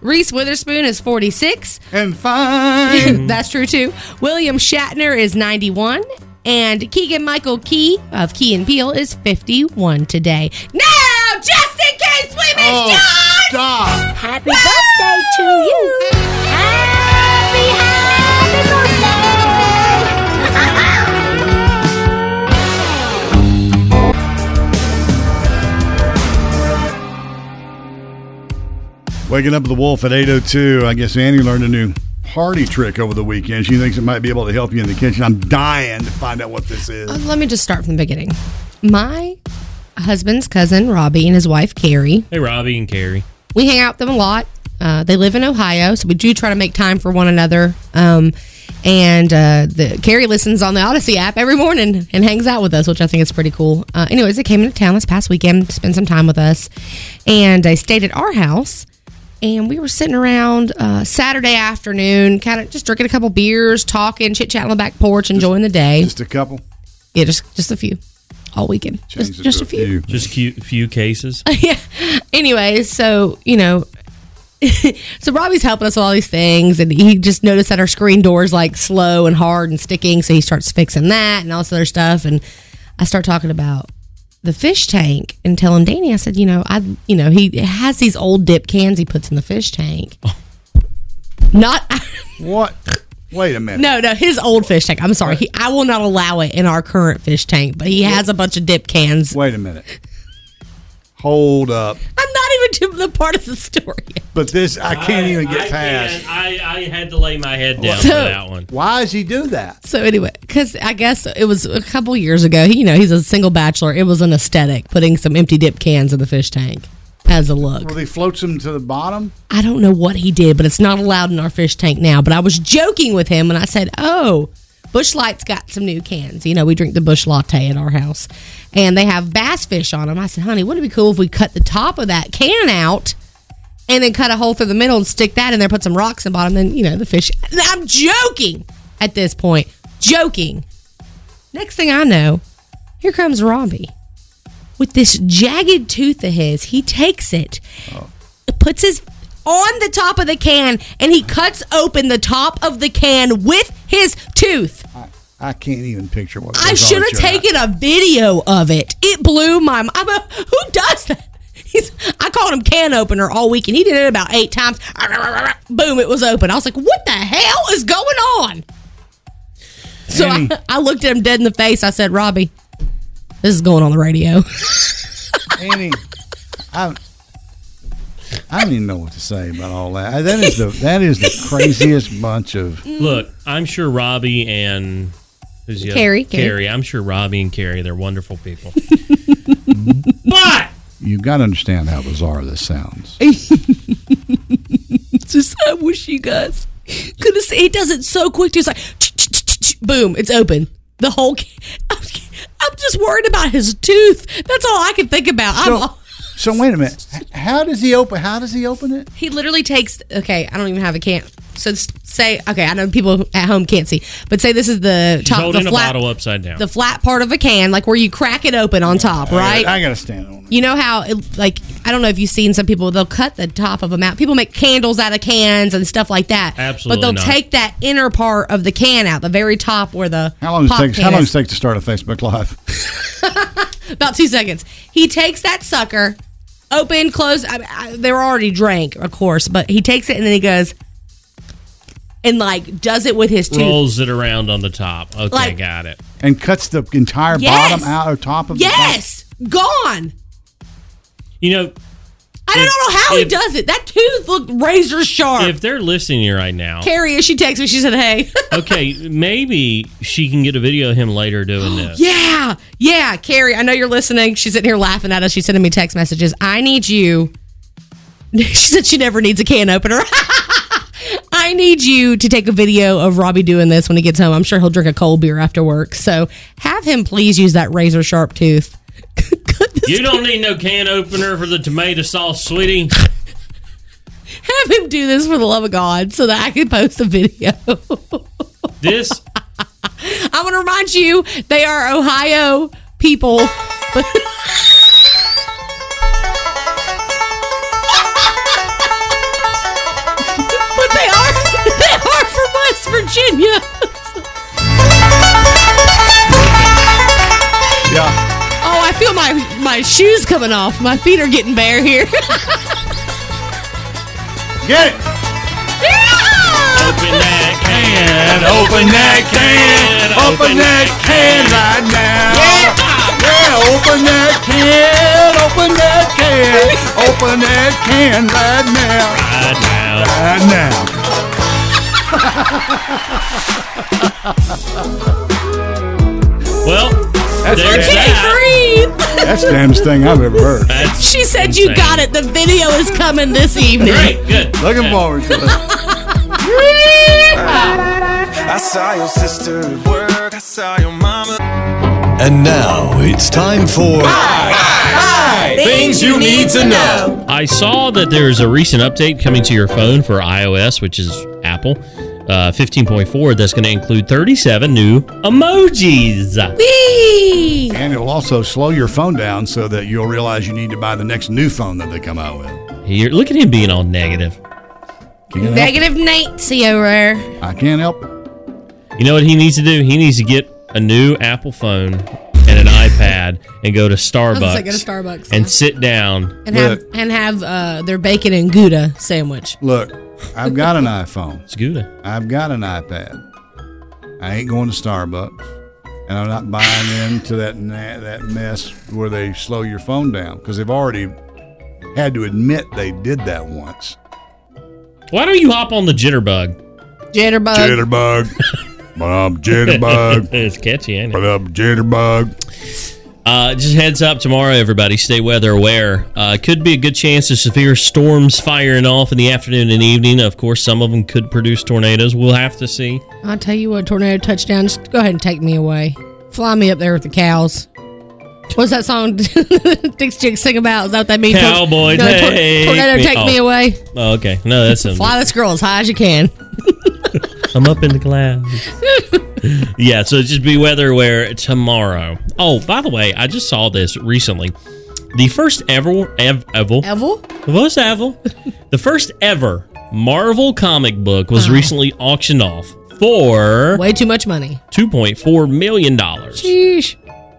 [SPEAKER 3] Reese Witherspoon is 46.
[SPEAKER 1] And fine.
[SPEAKER 3] That's true, too. William Shatner is 91. And Keegan Michael Key of Key and Peel is 51 today. Now, just in case we missed
[SPEAKER 7] Oh,
[SPEAKER 3] yours!
[SPEAKER 1] Stop.
[SPEAKER 7] Happy birthday to you. Happy, happy birthday.
[SPEAKER 1] Waking up with the wolf at 8.02. I guess Annie learned a new party trick over the weekend. She thinks it might be able to help you in the kitchen. I'm dying to find out what this
[SPEAKER 3] Uh,
[SPEAKER 1] is.
[SPEAKER 3] Let me just start from the beginning. My husband's cousin, Robbie, and his wife, Carrie,
[SPEAKER 2] Hey, Robbie and Carrie.
[SPEAKER 3] we hang out with them a lot. Uh, they live in Ohio, so we do try to make time for one another. Um, and uh, the Carrie listens on the Odyssey app every morning and hangs out with us, which I think is pretty cool. Uh, anyways, they came into town this past weekend to spend some time with us, and they stayed at our house. And we were sitting around uh, Saturday afternoon, kind of just drinking a couple beers, talking, chit chatting on the back porch, enjoying the day.
[SPEAKER 1] Just a couple?
[SPEAKER 3] Yeah, just just a few all weekend. Just, just a few.
[SPEAKER 2] Just few, few cases.
[SPEAKER 3] Anyway, so you know, so Robbie's helping us with all these things, and he just noticed that our screen door is like slow and hard and sticking, so he starts fixing that and all this other stuff, and I start talking about the fish tank and telling Danny, I said, you know, I, you know, he has these old dip cans he puts in the fish tank. Not
[SPEAKER 1] what? Wait a minute.
[SPEAKER 3] No, no, his old fish tank. I'm sorry. He, I will not allow it in our current fish tank, but he has a bunch of dip cans.
[SPEAKER 1] Wait a minute. Hold up.
[SPEAKER 3] I'm not even to the part of the story.
[SPEAKER 1] But this, I can't even get
[SPEAKER 2] I
[SPEAKER 1] past.
[SPEAKER 2] can't. I, I had to lay my head down
[SPEAKER 1] So-
[SPEAKER 2] for that one.
[SPEAKER 1] Why does he do that?
[SPEAKER 3] So anyway, because I guess it was a couple years ago. He, you know, he's a single bachelor. It was an aesthetic putting some empty dip cans in the fish tank as a look.
[SPEAKER 1] Well, he floats him to the bottom.
[SPEAKER 3] I don't know what he did, but it's not allowed in our fish tank now. But I was joking with him and I said, Oh, Bush Light's got some new cans. You know, we drink the Bush latte at our house and they have bass fish on them. I said, Honey, wouldn't it be cool if we cut the top of that can out and then cut a hole through the middle and stick that in there, put some rocks in the bottom? Then, you know, the fish. I'm joking at this point. Joking. Next thing I know, here comes Robbie with this jagged tooth of his. He takes it, puts his on the top of the can, and he cuts open the top of the can with his tooth.
[SPEAKER 1] I can't even picture what.
[SPEAKER 3] I
[SPEAKER 1] goes on
[SPEAKER 3] should
[SPEAKER 1] at
[SPEAKER 3] have
[SPEAKER 1] your
[SPEAKER 3] taken a video of it. It blew my mind. Who does that? He's, I called him can opener all week, and he did it about eight times. Boom, it was open. I was like, what the hell is going on? So I,
[SPEAKER 1] Annie.
[SPEAKER 3] I looked at him dead in the face. I said, Robbie, this is going on the radio.
[SPEAKER 1] Annie, I, I don't even know what to say about all that. That is the that is the craziest bunch of.
[SPEAKER 2] Look, I'm sure Robbie and who's the other-
[SPEAKER 3] Carrie, Carrie.
[SPEAKER 2] Carrie. I'm sure Robbie and Carrie, they're wonderful people.
[SPEAKER 3] but
[SPEAKER 1] You got to understand how bizarre this sounds.
[SPEAKER 3] It's just I wish you guys could have seen. He does it so quick. too. It's like, ch-ch-ch-ch-ch, boom, it's open. The whole. ca- I'm just worried about his tooth. That's all I can think about. I'm,
[SPEAKER 1] So, so wait a minute. H- How does he open? How does he open it?
[SPEAKER 3] He literally takes. Okay, I don't even have a can. So s- say okay. I know people at home can't see, but say this is the
[SPEAKER 2] She's
[SPEAKER 3] top, the
[SPEAKER 2] holding a
[SPEAKER 3] flat,
[SPEAKER 2] bottle upside down.
[SPEAKER 3] the flat part of a can, like where you crack it open on top, right?
[SPEAKER 1] I, got to stand on.
[SPEAKER 3] You know how, it, like, I don't know if you've seen some people, they'll cut the top of them out. People make candles out of cans and stuff like that.
[SPEAKER 1] Absolutely
[SPEAKER 3] But they'll
[SPEAKER 1] not.
[SPEAKER 3] take that inner part of the can out, the very top where the.
[SPEAKER 1] How long does
[SPEAKER 3] pop
[SPEAKER 1] it take? How
[SPEAKER 3] can
[SPEAKER 1] long
[SPEAKER 3] is.
[SPEAKER 1] does it take to start a Facebook Live?
[SPEAKER 3] About two seconds. He takes that sucker, open, close. I, I, they were already drank, of course, but he takes it and then he goes and like does it with his teeth.
[SPEAKER 2] Rolls it around on the top. Okay,
[SPEAKER 3] Like-
[SPEAKER 2] got it.
[SPEAKER 1] and cuts the entire
[SPEAKER 3] Yes.
[SPEAKER 1] bottom out or top of
[SPEAKER 3] Yes, gone.
[SPEAKER 2] You know,
[SPEAKER 3] I don't know how he
[SPEAKER 2] If-
[SPEAKER 3] does it. That tooth looked razor sharp.
[SPEAKER 2] if they're listening to you right now,
[SPEAKER 3] Carrie, as she texted me, she said, "Hey,
[SPEAKER 2] okay, maybe she can get a video of him later doing this.
[SPEAKER 3] yeah, yeah, Carrie, I know you're listening." She's sitting here laughing at us. She's sending me text messages. I need you. She said she never needs a can opener. I need you to take a video of Robbie doing this when he gets home. I'm sure he'll drink a cold beer after work. So have him please use that razor sharp tooth.
[SPEAKER 2] You don't need no can opener for the tomato sauce, sweetie.
[SPEAKER 3] Have him do this for the love of God so that I can post a video.
[SPEAKER 2] This
[SPEAKER 3] I want to remind you, they are Ohio people. But But they are they are from West Virginia.
[SPEAKER 1] that. Yeah.
[SPEAKER 3] Oh, I feel my my shoes coming off. My feet are getting bare here.
[SPEAKER 1] Get it.
[SPEAKER 2] Open that can.
[SPEAKER 1] Open that can. Open that can right now. Yeah. Open that can. Open that can. Open that can right now.
[SPEAKER 2] Right now.
[SPEAKER 1] Right now.
[SPEAKER 2] Well,
[SPEAKER 1] That's
[SPEAKER 2] there's
[SPEAKER 1] bad.
[SPEAKER 2] that.
[SPEAKER 3] Breathe.
[SPEAKER 1] That's the damnest thing I've ever heard.
[SPEAKER 2] That's
[SPEAKER 3] She said you
[SPEAKER 2] insane.
[SPEAKER 3] got it. The video is coming this evening.
[SPEAKER 2] Great, good.
[SPEAKER 1] Looking forward to it.
[SPEAKER 6] I saw your sister at work. I saw your mama.
[SPEAKER 8] And now it's time for
[SPEAKER 6] Things you need to know.
[SPEAKER 2] I saw that there's a recent update coming to your phone for iOS, which is Apple, uh, 15.4, that's going to include 37 new emojis.
[SPEAKER 3] Whee!
[SPEAKER 1] And it'll also slow your phone down so that you'll realize you need to buy the next new phone that they come out with.
[SPEAKER 2] Here, look at him being all negative.
[SPEAKER 1] Can't help
[SPEAKER 3] Negative Nancy over there.
[SPEAKER 1] it. I can't help. it.
[SPEAKER 2] You know what he needs to do? He needs to get a new Apple phone and an iPad and go to Starbucks.
[SPEAKER 3] gonna say, go to Starbucks,
[SPEAKER 2] and
[SPEAKER 3] yeah.
[SPEAKER 2] sit down.
[SPEAKER 3] And have and have uh, their bacon and gouda sandwich.
[SPEAKER 1] Look, I've got an iPhone.
[SPEAKER 2] It's Gouda.
[SPEAKER 1] I've got an iPad. I ain't going to Starbucks, and I'm not buying into that na- that mess where they slow your phone down because they've already had to admit they did that once.
[SPEAKER 2] Why don't you hop on the jitterbug?
[SPEAKER 3] Jitterbug.
[SPEAKER 1] Jitterbug, but I'm jitterbug,
[SPEAKER 2] it's catchy, ain't
[SPEAKER 1] but
[SPEAKER 2] it?
[SPEAKER 1] I'm jitterbug.
[SPEAKER 2] Uh, just heads up tomorrow, everybody. Stay weather aware. Uh, could be a good chance of severe storms firing off in the afternoon and evening. Of course, some of them could produce tornadoes. We'll have to see.
[SPEAKER 3] I'll tell you what, tornado touchdown. Just go ahead and take me away. Fly me up there with the cows. What's that song Dix Chicks sing about? Is that what that means?
[SPEAKER 2] Cowboy,
[SPEAKER 3] no, tor-
[SPEAKER 2] take
[SPEAKER 3] tornado,
[SPEAKER 2] me-
[SPEAKER 3] take me
[SPEAKER 2] oh.
[SPEAKER 3] away.
[SPEAKER 2] Oh, okay. No, that's a,
[SPEAKER 3] Fly this girl as high as you can.
[SPEAKER 2] I'm up in the clouds. yeah, so just be weather aware tomorrow. Oh, by the way, I just saw this recently. The first ever, ev, ever,
[SPEAKER 3] Evil?
[SPEAKER 2] Most Avil. the first ever Marvel comic book was recently auctioned off for
[SPEAKER 3] Way too much money.
[SPEAKER 2] $2.4 million. Now,
[SPEAKER 3] Sheesh.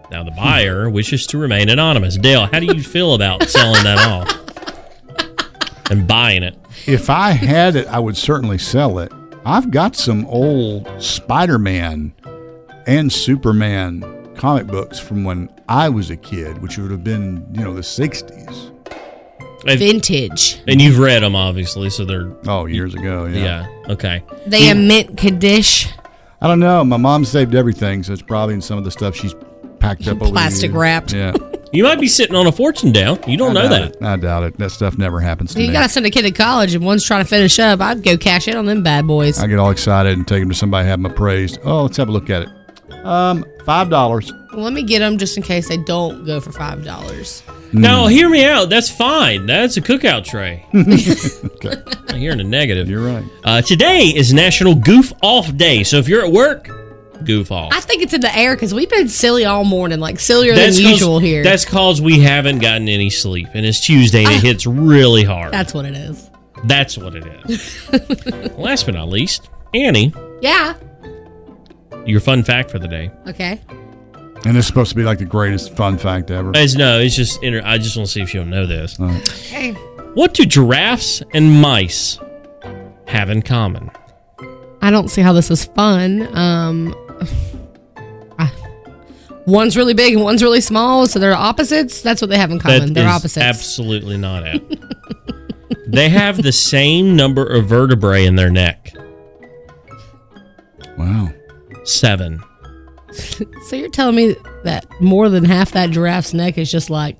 [SPEAKER 2] the buyer wishes to remain anonymous. Dale, how do you feel about selling that off and buying it?
[SPEAKER 1] If I had it, I would certainly sell it. I've got some old Spider Man and Superman comic books from when I was a kid, which would have been, you know, the 60s.
[SPEAKER 2] And,
[SPEAKER 3] Vintage.
[SPEAKER 2] and you've read them, obviously, so they're.
[SPEAKER 1] Oh, years ago, yeah.
[SPEAKER 2] Yeah, okay.
[SPEAKER 3] They are mint condish
[SPEAKER 1] I don't know. My mom saved everything, so it's probably in some of the stuff she's packed up over the
[SPEAKER 3] Plastic
[SPEAKER 1] years.
[SPEAKER 3] wrapped.
[SPEAKER 1] Yeah,
[SPEAKER 2] You might be sitting on a fortune, Dale. You don't
[SPEAKER 1] I
[SPEAKER 2] know
[SPEAKER 1] doubt
[SPEAKER 2] that.
[SPEAKER 1] it. I doubt it. That stuff never happens to
[SPEAKER 3] You
[SPEAKER 1] me.
[SPEAKER 3] gotta send a kid to college and one's trying to finish up. I'd go cash in on them bad boys.
[SPEAKER 1] I get all excited and take them to somebody, have them appraised. Oh, let's have a look at it. Um, five dollars.
[SPEAKER 3] Let me get them just in case they don't go for five dollars.
[SPEAKER 1] Hmm.
[SPEAKER 2] No, hear me out. That's fine. That's a cookout tray.
[SPEAKER 1] Okay,
[SPEAKER 2] I'm hearing a negative.
[SPEAKER 1] you're right.
[SPEAKER 2] Uh, today is National Goof Off Day. So if you're at work, goof off.
[SPEAKER 3] I think it's in the air because we've been silly all morning, like sillier than
[SPEAKER 2] 'cause-
[SPEAKER 3] usual here. Ah.
[SPEAKER 2] That's cause we haven't gotten any sleep, and it's Tuesday and it hits really hard. That's,
[SPEAKER 3] That's what it is.
[SPEAKER 2] what it is. Last but not least, Annie,
[SPEAKER 3] Yeah.
[SPEAKER 2] your fun fact for the day:
[SPEAKER 3] Okay.
[SPEAKER 9] And it's supposed to be like the greatest fun fact ever.
[SPEAKER 2] It's no, it's just. Inter- I just want to see if you'll know this. What do giraffes and mice have in common?
[SPEAKER 3] I don't see how this is fun. Um, I- one's really big and one's really small, so they're opposites. That's what they have in common.
[SPEAKER 2] That
[SPEAKER 3] they're
[SPEAKER 2] is
[SPEAKER 3] opposites.
[SPEAKER 2] Absolutely not it. they have the same number of vertebrae in their neck.
[SPEAKER 9] Wow.
[SPEAKER 2] Seven.
[SPEAKER 3] so you're telling me that more than half that giraffe's neck is just like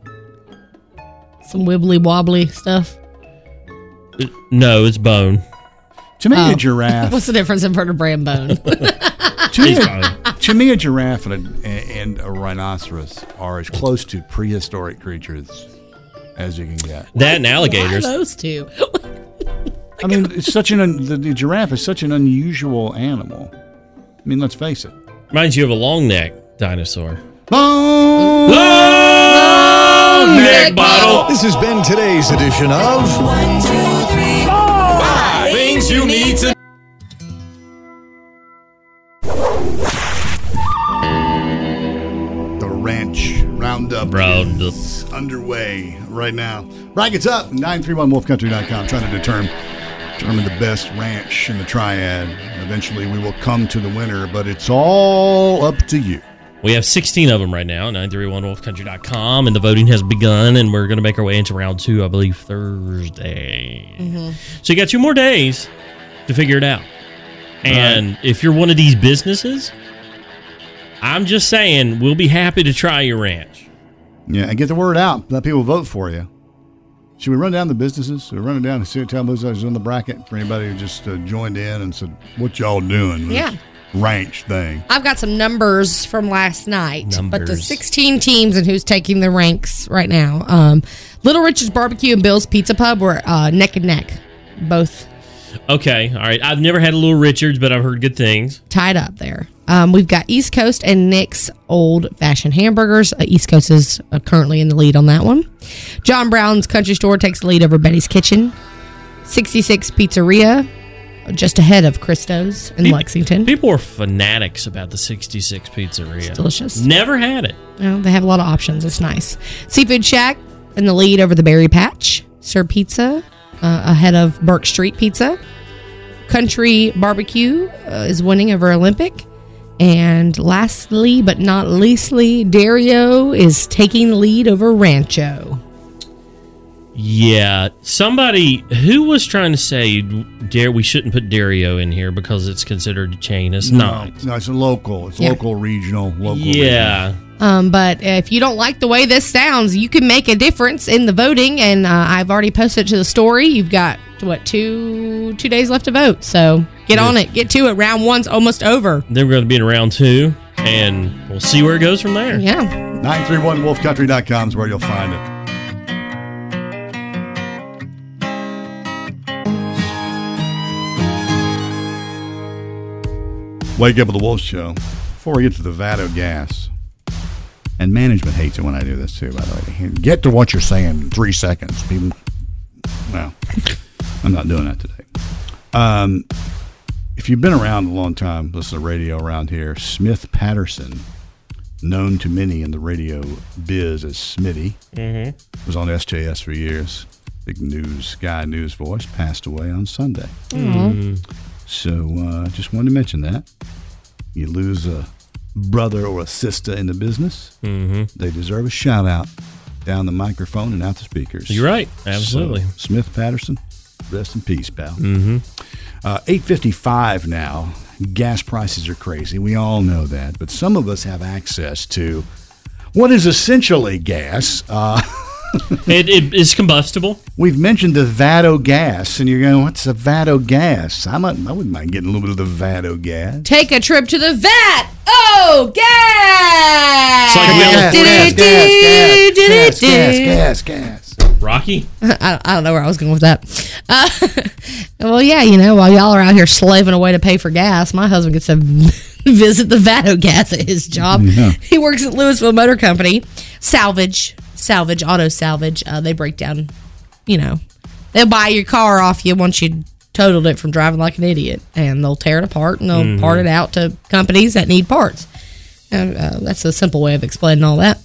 [SPEAKER 3] some wibbly wobbly stuff?
[SPEAKER 2] No, it's bone.
[SPEAKER 9] To me,
[SPEAKER 3] Oh.
[SPEAKER 9] a giraffe.
[SPEAKER 3] What's the difference in vertebrae and bone?
[SPEAKER 9] to, me, a, to me, a giraffe and a, and a rhinoceros are as close to prehistoric creatures as you can get.
[SPEAKER 2] That and alligators.
[SPEAKER 3] Why those two.
[SPEAKER 9] I mean, it's such an un, the, the giraffe is such an unusual animal. I mean, let's face it.
[SPEAKER 2] Reminds you of a long neck dinosaur.
[SPEAKER 9] Long,
[SPEAKER 1] neck bottle. This has been today's edition of
[SPEAKER 10] One, two, three, four. Five
[SPEAKER 1] Things You Need to
[SPEAKER 9] The ranch roundup,
[SPEAKER 2] Roundup.
[SPEAKER 9] is underway right now. Brackets up 931wolfcountry.com trying to determine determine the best ranch in the triad. Eventually, we will come to the winner, but it's all up to you.
[SPEAKER 2] We have 16 of them right now, 931wolfcountry.com, and the voting has begun, and we're going to make our way into round two, I believe, Thursday.
[SPEAKER 3] Mm-hmm.
[SPEAKER 2] So you got two more days to figure it out. And if you're one of these businesses, I'm just saying, we'll be happy to try your ranch.
[SPEAKER 9] Yeah, and get the word out. Let people vote for you. Should we run down the businesses? Should we run it down and see what town businesses are in the bracket for anybody who just uh, joined in and said, "What y'all doing?" with
[SPEAKER 3] Yeah.
[SPEAKER 9] this ranch thing.
[SPEAKER 3] I've got some numbers from last night, but the
[SPEAKER 9] Numbers.
[SPEAKER 3] 16 teams and who's taking the ranks right now. Um, Little Richard's Barbecue and Bill's Pizza Pub were uh, neck and neck, both
[SPEAKER 2] Okay, all right. I've never had a Little Richards, but I've heard good things.
[SPEAKER 3] tied up there. Um, we've got East Coast and Nick's Old Fashioned Hamburgers. Uh, East Coast is uh, currently in the lead on that one. John Brown's Country Store takes the lead over Betty's Kitchen. 66 Pizzeria, just ahead of Christo's in
[SPEAKER 2] Peop-
[SPEAKER 3] Lexington.
[SPEAKER 2] People are fanatics about the 66 Pizzeria. It's
[SPEAKER 3] delicious.
[SPEAKER 2] Never had it.
[SPEAKER 3] Oh, they have a lot of options. It's nice. Seafood Shack in the lead over the Berry Patch. Sir Pizza uh, ahead of Burke Street Pizza. Country Barbecue uh, is winning over Olympic. And lastly, but not leastly, Dario is taking the lead over Rancho.
[SPEAKER 2] Yeah, somebody who was trying to say dare we shouldn't put Dario in here because it's considered a chain. It's not.
[SPEAKER 9] No, no, it's a local. It's
[SPEAKER 2] Yeah.
[SPEAKER 9] local, regional, local.
[SPEAKER 2] Yeah.
[SPEAKER 3] Um, but if you don't like the way this sounds, you can make a difference in the voting. And uh, I've already posted to the story. You've got what two two days left to vote, so get on it. Get to it. Round one's almost over.
[SPEAKER 2] Then we're going to be in round two, and we'll see where it goes from there.
[SPEAKER 3] Yeah.
[SPEAKER 9] 931wolfcountry.com is where you'll find it. Wake up with the Wolf Show. Before we get to the Vado gas, and management hates it when I do this too, by the way. They hate- Get to what you're saying in three seconds. People, well, I'm not doing that today. Um, if you've been around a long time, listen to radio around here, Smith Patterson, known to many in the radio biz as Smitty,
[SPEAKER 2] Mhm.
[SPEAKER 9] was on SJS for years. Big news guy, news voice, passed away on Sunday.
[SPEAKER 2] Aw. Mm.
[SPEAKER 9] So uh, just wanted to mention that. You lose a brother or a sister in the business,
[SPEAKER 2] Mm-hmm.
[SPEAKER 9] they deserve a shout out down the microphone and out the speakers.
[SPEAKER 2] You're right. Absolutely.
[SPEAKER 9] So, Smith Patterson, rest in peace, pal.
[SPEAKER 2] Mhm.
[SPEAKER 9] Uh, 855 now. Gas prices are crazy. We all know that. But some of us have access to what is essentially gas. Uh,
[SPEAKER 2] it, it is combustible.
[SPEAKER 9] We've mentioned the Vado gas, and you're going, what's a Vado gas? I, might, I wouldn't mind getting a little bit of the Vado gas.
[SPEAKER 3] Take a trip to the vet. Oh, gas!
[SPEAKER 9] gas, gas, gas, gas, gas.
[SPEAKER 2] Rocky?
[SPEAKER 3] I, I don't know where I was going with that. Uh, well, yeah, you know, while y'all are out here slaving away to pay for gas, my husband gets to visit the Vado gas at his job.
[SPEAKER 11] Yeah.
[SPEAKER 3] He works at Louisville Motor Company, salvage, salvage, auto salvage. Uh, they break down, you know, they'll buy your car off you once you totaled it from
[SPEAKER 2] Mm-hmm.
[SPEAKER 3] driving like an idiot, and they'll tear it apart and they'll
[SPEAKER 11] Mhm.
[SPEAKER 3] part it out to companies that need parts. Uh, that's a simple way of explaining all that.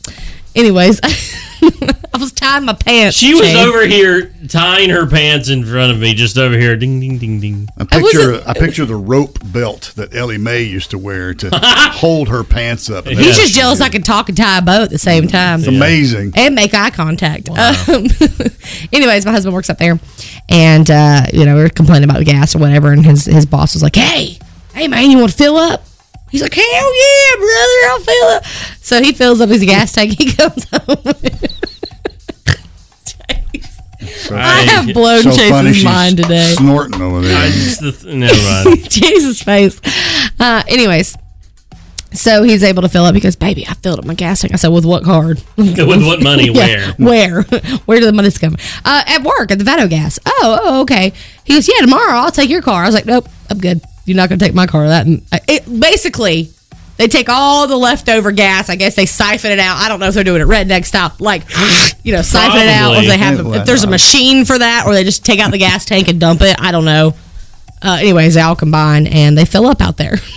[SPEAKER 3] Anyways, I was tying my pants.
[SPEAKER 2] She was
[SPEAKER 3] Shane.
[SPEAKER 2] over here tying her pants in front of me, just over here. Ding, ding, ding, ding.
[SPEAKER 9] I picture I picture the rope belt that Ellie Mae used to wear to hold her pants up.
[SPEAKER 3] He's just jealous I can talk and tie a bow at the same time.
[SPEAKER 9] It's amazing.
[SPEAKER 3] And make eye contact. Um, anyways, my husband works up there, and uh, you know we were complaining about gas or whatever, and his his boss was like, "Hey, hey man, you want to fill up?" He's like, "Hell yeah, brother, I'll fill up." So he fills up his gas tank. He comes home.
[SPEAKER 9] So-
[SPEAKER 3] I have blown
[SPEAKER 9] so
[SPEAKER 3] Chase's
[SPEAKER 9] funny she's
[SPEAKER 3] mind today.
[SPEAKER 9] Snorting over there.
[SPEAKER 2] I just, the th- never mind.
[SPEAKER 3] Jesus face. Uh, anyways, so he's able to fill up. He goes, "Baby, I filled up my gas tank." I said, "With what card?
[SPEAKER 2] With what money?
[SPEAKER 3] Yeah, Where? Where do the money's come? Uh, at work at the Vado Gas. Oh, oh, okay. He goes, "Yeah, tomorrow I'll take your car." I was like, "Nope, I'm good. You're not going to take my car." That and I, it, basically. They take all the leftover gas. I guess they siphon it out. I don't know if they're doing it redneck style, like you know, siphon it out. Or if they have,
[SPEAKER 1] Probably.
[SPEAKER 3] if there's a machine for that, or they just take out the gas tank and dump it. I don't know. Uh, anyways, they all combine and they fill up out there.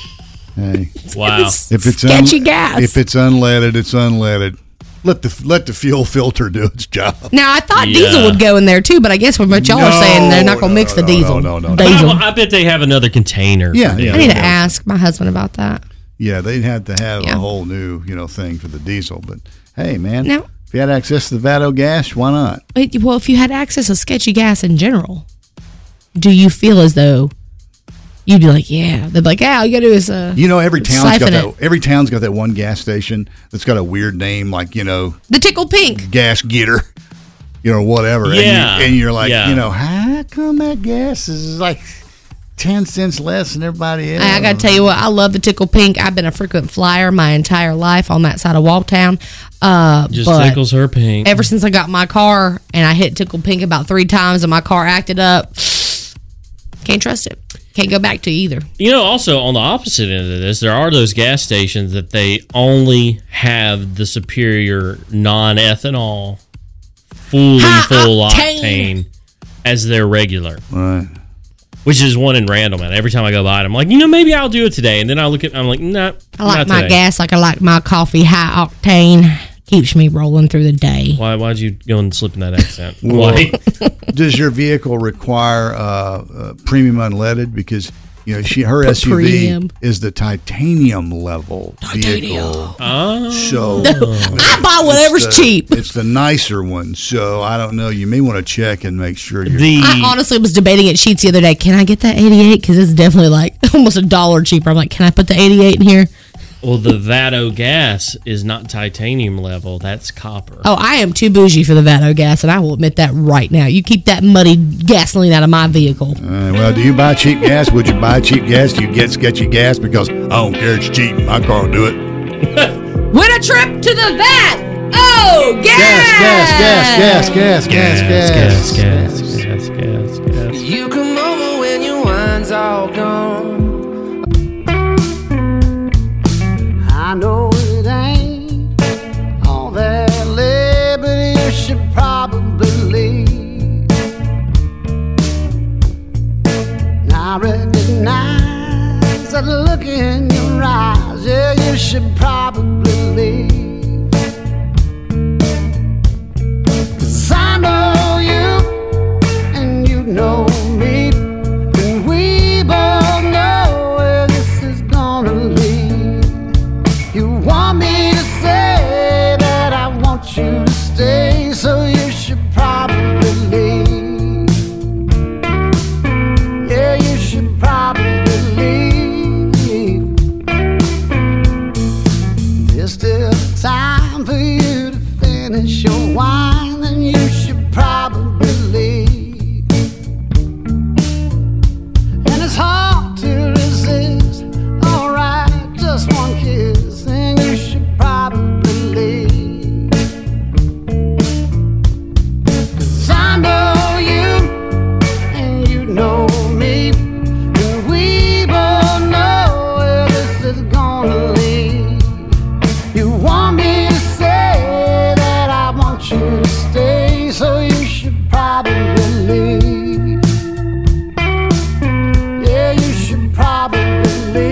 [SPEAKER 9] Hey.
[SPEAKER 2] Wow.
[SPEAKER 9] If it's um,
[SPEAKER 3] sketchy gas.
[SPEAKER 9] If it's unleaded, it's unleaded. Let the let the fuel filter do its job.
[SPEAKER 3] Now I thought
[SPEAKER 9] Yeah.
[SPEAKER 3] diesel would go in there too, but I guess what y'all are saying they're not gonna mix the diesel.
[SPEAKER 9] No, no, no.
[SPEAKER 2] But I, I bet they have another container.
[SPEAKER 9] Yeah,
[SPEAKER 2] for
[SPEAKER 9] yeah.
[SPEAKER 3] I need
[SPEAKER 2] that.
[SPEAKER 3] to ask my husband about that.
[SPEAKER 9] Yeah, they'd had to have a whole new, you know, thing for the diesel. But hey, man,
[SPEAKER 3] No.
[SPEAKER 9] if you had access to the Vado gas, why not?
[SPEAKER 3] Wait, well, if you had access to sketchy gas in general, do you feel as though you'd be like, yeah? They'd be like, yeah, all you gotta do is uh,
[SPEAKER 9] You know, every town's got
[SPEAKER 3] siphon
[SPEAKER 9] that.
[SPEAKER 3] it.
[SPEAKER 9] Every town's got that one gas station that's got a weird name, like you know,
[SPEAKER 3] The tickle pink.
[SPEAKER 9] gas getter, you know, whatever.
[SPEAKER 12] Yeah.
[SPEAKER 9] and, you, are like,
[SPEAKER 12] Yeah.
[SPEAKER 9] you know, how come that gas is like ten cents less than everybody else?
[SPEAKER 3] I, I gotta tell you what, I love the tickle pink. I've been a frequent flyer my entire life on that side of Waltown. Uh,
[SPEAKER 2] Just
[SPEAKER 3] but
[SPEAKER 2] tickles her pink.
[SPEAKER 3] Ever since I got my car and I hit tickle pink about three times and my car acted up, can't trust it. Can't go back to either.
[SPEAKER 2] You know, also on the opposite end of this, there are those gas stations that they only have the superior non ethanol, fully full
[SPEAKER 3] octane.
[SPEAKER 2] octane as their regular.
[SPEAKER 9] Right.
[SPEAKER 2] Which is one in random. And every time I go by it, I'm like, you know, maybe I'll do it today. And then I look at I'm like, nah.
[SPEAKER 3] I like
[SPEAKER 2] not
[SPEAKER 3] my
[SPEAKER 2] today.
[SPEAKER 3] gas like I like my coffee high octane. Keeps me rolling through the day.
[SPEAKER 2] Why, why'd you go and slip in that accent?
[SPEAKER 9] Well,
[SPEAKER 2] Why?
[SPEAKER 9] does your vehicle require uh, uh, premium unleaded? Because you know she her
[SPEAKER 2] P-
[SPEAKER 9] SUV
[SPEAKER 2] premium.
[SPEAKER 9] is the titanium level vehicle.
[SPEAKER 2] Oh.
[SPEAKER 9] So
[SPEAKER 3] I buy whatever's
[SPEAKER 9] it's the-
[SPEAKER 3] cheap.
[SPEAKER 9] It's the nicer one. So I don't know. You may want to check and make sure you're
[SPEAKER 3] I honestly was debating at Sheets the other day. Can I get that 88? Because it's definitely like almost a dollar cheaper. I'm like, can I put the 88 in here?
[SPEAKER 2] well, the Vado gas is not titanium level. That's copper.
[SPEAKER 3] Oh, I am too bougie for the Vado gas, and I will admit that right now. You keep that muddy gasoline out of my vehicle.
[SPEAKER 9] All right, uh, well, do you buy cheap gas? Would you buy cheap gas? Do you get sketchy gas? Because I don't care. It's cheap. My car will do it.
[SPEAKER 3] Win a trip to the vat. Oh, gas!
[SPEAKER 9] Gas, gas, gas, gas, gas,
[SPEAKER 2] gas, gas, gas, gas, gas.
[SPEAKER 4] You come over when your wine's all gone.
[SPEAKER 13] I know it ain't all that liberty you should probably leave. Now I recognize that look in your eyes, yeah, you should probably leave. 'Cause I know you and you know me, and we both know where this is gonna lead. You want me to say that I want you to stay, so you should probably leave. Yeah, you should probably leave. There's still time for you to finish your wine, and you should probably leave. And it's hard to resist. Alright, just one kiss, and you should probably leave. Cause I know you, and you know me, and we both know where this is gonna lead. You want me to say that I want you to stay, so you should probably leave. Yeah, you should probably leave.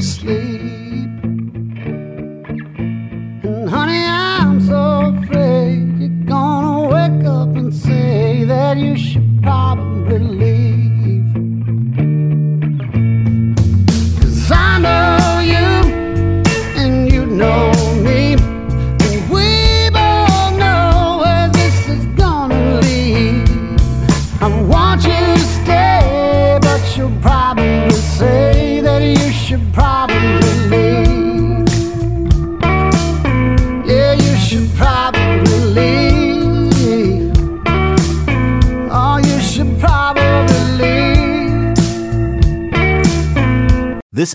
[SPEAKER 3] sleep. And honey, I'm so afraid you're gonna wake up and say that you should probably leave. Cause I know you, and you know me. And we both know where this is gonna lead. I want you to stay, but you'll probably say that you should probably leave. Yeah, you should probably leave. Oh, you should probably leave.
[SPEAKER 14] This